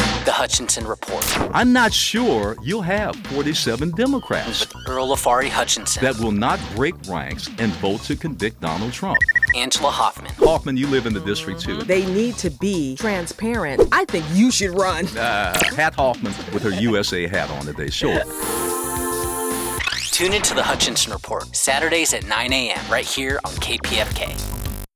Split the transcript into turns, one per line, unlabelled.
Hutchinson report
I'm not sure you'll have 47 Democrats
with Earl Afari Hutchinson,
that will not break ranks and vote to convict Donald Trump.
Angela Hoffman,
Hoffman, you live in the district too.
They need to be transparent. I think you should run.
Uh, Pat Hoffman with her USA hat on today. Sure.
Tune into the Hutchinson Report, Saturdays at 9 a.m., right here on KPFK.